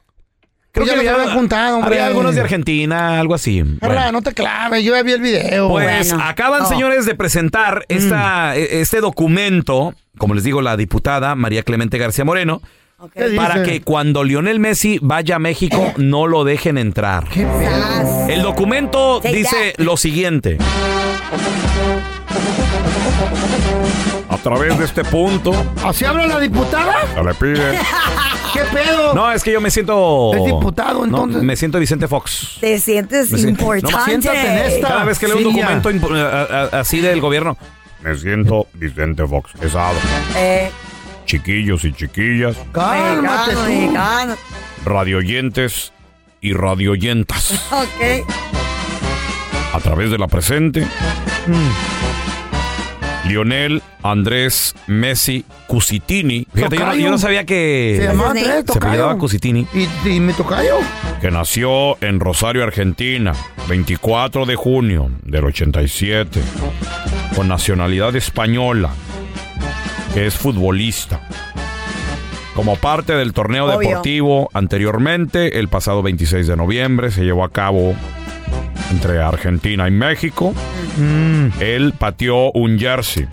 Creo
Ya
que
los
había-
habían juntado, hombre.
Había algunos de Argentina, algo así. Bueno.
Carla, no te claves, yo ya vi el video.
Pues acaban,
Oh.
señores, de presentar
Mm.
esta, e- este documento, como les digo, la diputada María Clemente García Moreno,
¿Qué
para
dice?
que cuando Lionel Messi vaya a México no lo dejen entrar. El documento dice lo siguiente. A través de este punto
¿Así habla la diputada?
se le pide.
¿Qué pedo?
No, es que yo me siento.
Es diputado,
No,
entonces.
me siento Vicente Fox.
Te sientes
Me si-
importante.
Pues, eh, No, siéntate en esta. Cada vez que leo un
Silla.
documento impo- a- a- así del gobierno, me siento Vicente Fox. Pesado.
Eh,
Chiquillos y chiquillas,
mexicano, mexicano.
radioyentes y radioyentas.
Ok.
a través de la presente.
Mm.
Lionel Andrés Messi Cusitini. Fíjate, yo no,
Tocayo.
yo no sabía que
Se llamaba Andrés,
se
tocayo.
apellidaba Cusitini.
¿Y, y me tocayo?
Que nació en Rosario, Argentina, 24 de junio del 87, con nacionalidad española, que es futbolista. Como parte del torneo
Obvio.
deportivo anteriormente, el pasado 26 de noviembre se llevó a cabo entre Argentina y México. Él pateó un jersey.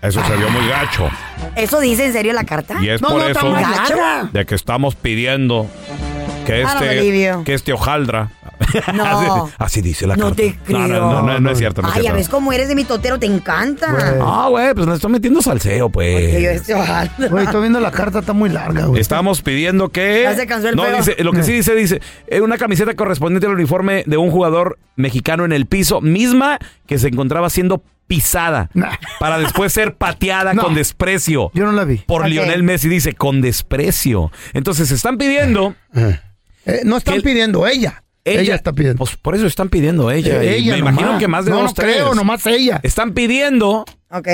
Eso se vio muy gacho.
¿Eso dice en serio la carta?
Y es por eso
Gacho.
de que estamos pidiendo que
Ah, no me
este,
alivio.
que este hojaldra
No.
así, así dice la
No
carta.
te creo.
No, no, no, no, no es cierto. No es
Ay, ya
cierto.
ves cómo eres de mi totero, te encanta.
Ah, güey, pues le estoy metiendo salseo,
Yo este,
pues.
estoy bajando.
Güey, estoy viendo la carta, está muy larga, güey.
Estamos pidiendo que.
Ya se cansó el
no,
pedo.
dice, lo que sí dice, dice, eh, una camiseta correspondiente al uniforme de un jugador mexicano en el piso, misma que se encontraba siendo pisada para después ser pateada con desprecio.
Yo no la vi.
Por
Ok.
Lionel Messi dice con desprecio. Entonces están pidiendo.
Eh, no están pidiendo, ella.
Ella,
Ella
está pidiendo. Pues por eso están pidiendo ella.
Eh,
Y
ella
me
nomás.
imagino que más de
No,
dos
no creo,
tres.
nomás ella.
Están pidiendo
Ok.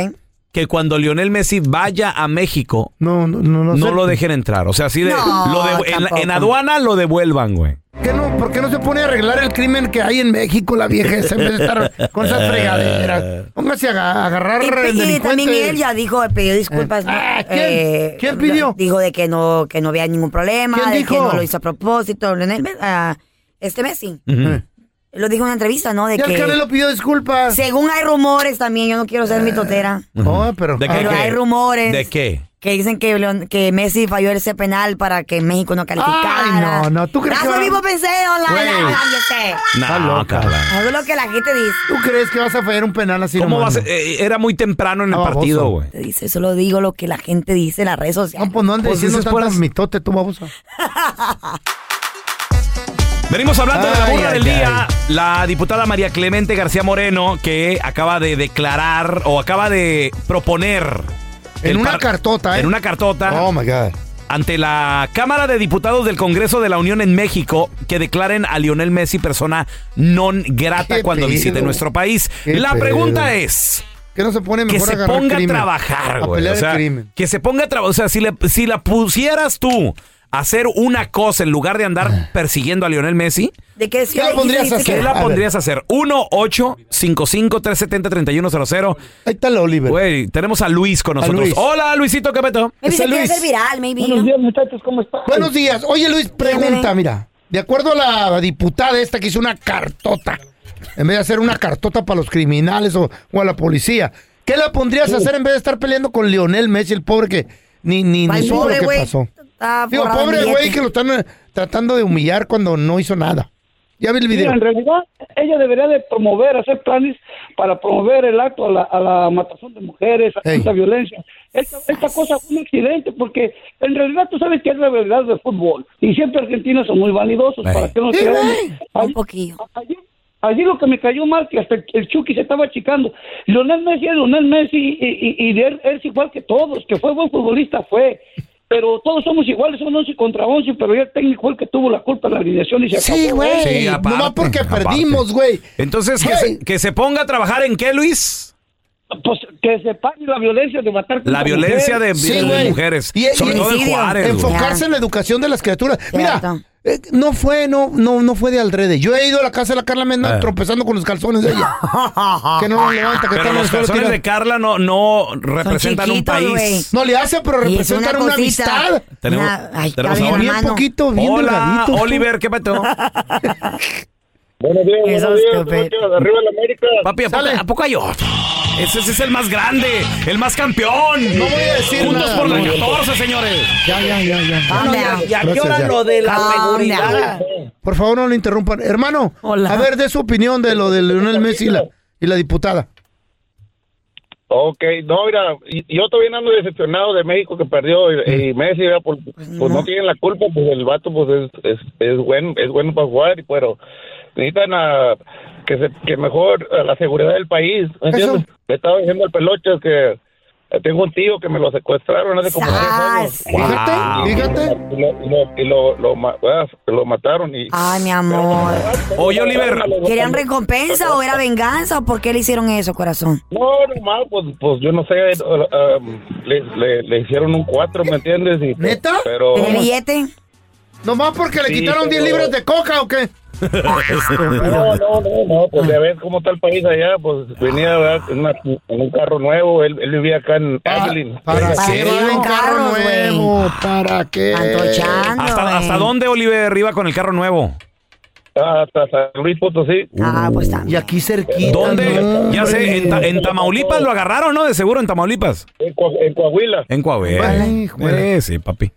que cuando Lionel Messi vaya a México,
no, no, no,
no,
acepto.
lo dejen entrar. O sea, así de.
No,
lo de- en, la- en
tampoco.
aduana lo devuelvan, güey.
¿Qué no? ¿Por qué no se pone a arreglar el crimen que hay en México, la vieja esa, en vez de estar con esas fregaderas? Póngase a aga- a agarrar
Y,
el
y también él ya dijo, eh, pidió disculpas.
¿quién?
¿Quién pidió? Dijo de que no, que no había ningún problema,
¿Quién
de que
dijo?
no lo hizo a propósito. Leonel Me- ah, este Messi. Lo dijo en una entrevista, ¿no? De
Y el
que.
Canelo pidió disculpas. Eh.
Según hay rumores también, yo no quiero ser mi totera.
No, pero...
¿De qué,
Pero
qué?
hay rumores.
¿De qué?
Que dicen que, Leon- que Messi falló ese penal para que México no calificara.
Ay, no, no, ¿tú crees
That's
que
what
va-
people pensé, hola,
Güey.
hola, hola, yo sé.
No, Carla.
Eso es lo que la gente dice.
¿Tú crees que vas a fallar un penal así
¿Cómo
nomás,
vas?
no?
Eh, era muy temprano en el
Ah, baboso.
partido, güey.
Te dice, solo digo lo que la gente dice en las redes sociales. No,
pues no andes diciendo tantas mitote, tú babosa.
Venimos hablando de la
Ay,
burla
ay,
del día. La diputada María Clemente García Moreno, que acaba de declarar o acaba de proponer.
En
el
una
par-
cartota, ¿eh?
En una cartota.
Oh, my God.
Ante la Cámara de Diputados del Congreso de la Unión en México, que declaren a Lionel Messi persona non grata
Qué
cuando
pedo.
visite nuestro país.
Qué
la
pedo.
pregunta es.
Que no se pone
que
mejor a
se
agarrar
ponga a
crimen?
trabajar,
A
güey.
pelear
O sea,
el crimen.
que se ponga a trabajar. O sea, si, le- si la pusieras tú a hacer una cosa en lugar de andar persiguiendo a Lionel Messi,
¿De qué,
Ah. ¿Qué la pondrías a hacer?
¿qué
A
la
ver.
pondrías a hacer? 1-855-370-3100.
Ahí está la Oliver.
Güey, tenemos a Luis con nosotros.
Luis.
Hola, Luisito, ¿qué peto?
Maybe se quiere hacer viral, maybe.
Buenos
días,
muchachos, ¿cómo están? Buenos días. Oye, Luis, pregunta, mira. De acuerdo a la diputada esta que hizo una cartota, en vez de hacer una cartota para los criminales o, o a la policía, ¿qué la pondrías a hacer en vez de estar peleando con Lionel Messi, el pobre que ni, ni, ni
Al
supo
pobre
lo que
güey,
pasó?
está
Digo,
forrado de
pobre güey
billetes.
que lo están eh, tratando de humillar cuando no hizo nada. Ya vi el video.
Mira, en realidad, ella debería de promover, hacer planes para promover el acto a la, a la matazón de mujeres, a tanta violencia. Esta, esta cosa fue un accidente, porque en realidad tú sabes que es la realidad del fútbol. Y siempre argentinos son muy vanidosos. ¿Para qué nos
Sí,
quedamos?
güey.
Allí- Allí, allí lo que me cayó mal, que hasta el, el Chucky se estaba achicando. Lionel Messi es Lionel Messi y, y- y de él, él es igual que todos. Que fue buen futbolista, fue. Pero todos somos iguales, son 11 contra 11, pero ya el técnico fue el que tuvo la culpa en la alineación y se acabó.
Sí, güey. Nomás porque perdimos, güey.
Entonces, que
Güey.
se, que se ponga a trabajar en qué, Luis?
Pues que se pare la violencia de matar.
La violencia de, de
güey.
mujeres.
Y- y-
sobre todo en
homicidio.
Juárez. güey.
Enfocarse en la educación de las criaturas. Mira, eh, no fue, no, no, no fue de aldrede. Yo he ido a la casa de la Carla Mena
Eh.
tropezando con los calzones de ella. que no lo levanta, que
Pero
están en el
los
suelo
calzones
tirados.
de Carla no, no representan un
chiquitos,
país.
güey. No le hace, pero
Y es
representan
una
una,
cosita.
amistad.
Tenemos,
Una- ay,
tenemos a
cabe la
Oliver.
Bien mano. poquito,
bien
Hola,
delgadito, tú.
Oliver, ¿qué pato?
Buenos días,
Eso
buenos
es
días,
que
buenos
pe-
días, arriba la América.
Papi, ¿a poco, a poco hay otro? Ese, ese es el más grande, el más campeón.
No voy a decir
Juntos
nada,
por la
no.
14, señores.
Ya, ya, ya, ya.
Calm down. ¿Y a qué hora lo de la seguridad?
Ah, Por favor, no lo interrumpan. Hermano, a ver, de su opinión de lo de Leonel Messi y la, y la diputada.
Ok, no, mira, y- yo todavía ando decepcionado de México que perdió y, y Messi, ¿verdad? Por- pues no tienen la culpa, pues el vato pues es, es, es bueno, es bueno para jugar, pero necesitan a, que, se, que mejor a la seguridad del país, ¿me entiendes? Le estaba diciendo al Pelochas que eh, tengo un tío que me lo secuestraron hace como tres años.
Fíjate, fíjate.
Y lo, y lo, y lo, lo ma- ah, lo mataron y...
Ay, mi amor.
Oye, Oliver.
¿Querían recompensa o era venganza o por qué le hicieron eso, corazón?
No, normal, pues, pues yo no sé, eh, um, le, le- le hicieron un 4, ¿me entiendes? Y,
¿Neta?
Pero...
¿Tiene billete?
¿Nomás porque le
Oh. Sí,
quitaron 10
pero-
libras de coca o qué?
No, no, no, no, pues ya ves cómo está el país allá, pues venía ¿verdad? en, una- en un carro nuevo, él, él vivía acá en Evelyn.
Ah, ¿Para qué
serio?
va un carro nuevo? ¿Para qué?
¿Hasta, hasta dónde, Oliver, iba con el carro nuevo?
Hasta San Luis Potosí.
Ah, pues
Y aquí cerquita.
¿Dónde?
no,
ya sé, en, Ta-
hombre.
en Tamaulipas lo agarraron, ¿no? De seguro, en Tamaulipas.
En, Coahuila.
En Coahuila. Eh, sí, papi.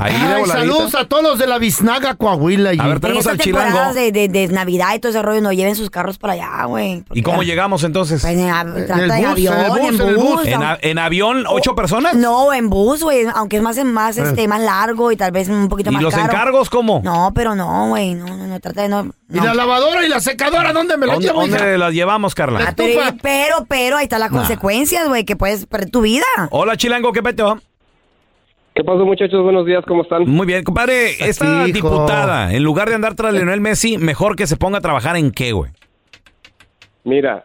Ahí de
Ay,
voladita.
saludos a todos los de la Biznaga, Coahuila. A ver,
En estas temporadas de, de- de Navidad y todo ese rollo, no lleven sus carros para allá, güey. Eh,
¿Y cómo llegamos entonces?
Pues, trata en de bus, avión, en el en bus, en el bus. bus.
¿En, a- en avión, ocho personas?
No, en bus, güey, aunque es más, más, este, más largo y tal vez un poquito
¿Y
más
los
caro.
encargos cómo?
No, pero no, güey, no, no, no, trata de no...
¿Y la lavadora y la secadora? ¿Dónde me lo
¿Dónde,
llevo? hija?
dónde las llevamos, Carla?
Ah, pero, pero, pero, ahí están las
Nah.
consecuencias, güey, que puedes perder tu vida.
Hola, Chilango, ¿qué peteo?
¿Qué pasó, muchachos? Buenos días, ¿cómo están?
Muy bien, compadre.
Pues,
Esta diputada, en lugar de andar tras Lionel Messi, mejor que se ponga a trabajar en qué, güey.
Mira,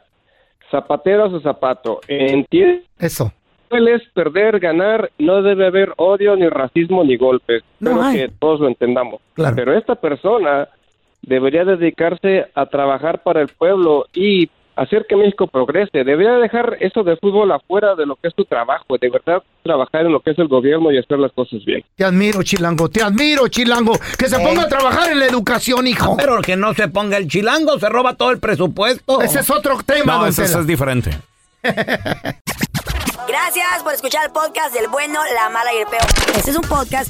zapatero a su zapato. ¿Entiendes?
Eso.
es perder, ganar, no debe haber odio, ni racismo, ni golpes. Espero
hay.
que todos lo entendamos.
Claro.
Pero esta persona debería dedicarse a trabajar para el pueblo y hacer que México progrese. Debería dejar eso de fútbol afuera de lo que es su trabajo. De verdad, trabajar en lo que es el gobierno y hacer las cosas bien.
Te admiro, Chilango, te admiro, Chilango. Que se ponga a trabajar en la educación, hijo.
Pero que no se ponga el chilango, se roba todo el presupuesto.
Ese es otro tema,
No,
don
eso,
Tela.
eso es diferente.
Gracias por escuchar el podcast del bueno, la mala y el peor. Este es un podcast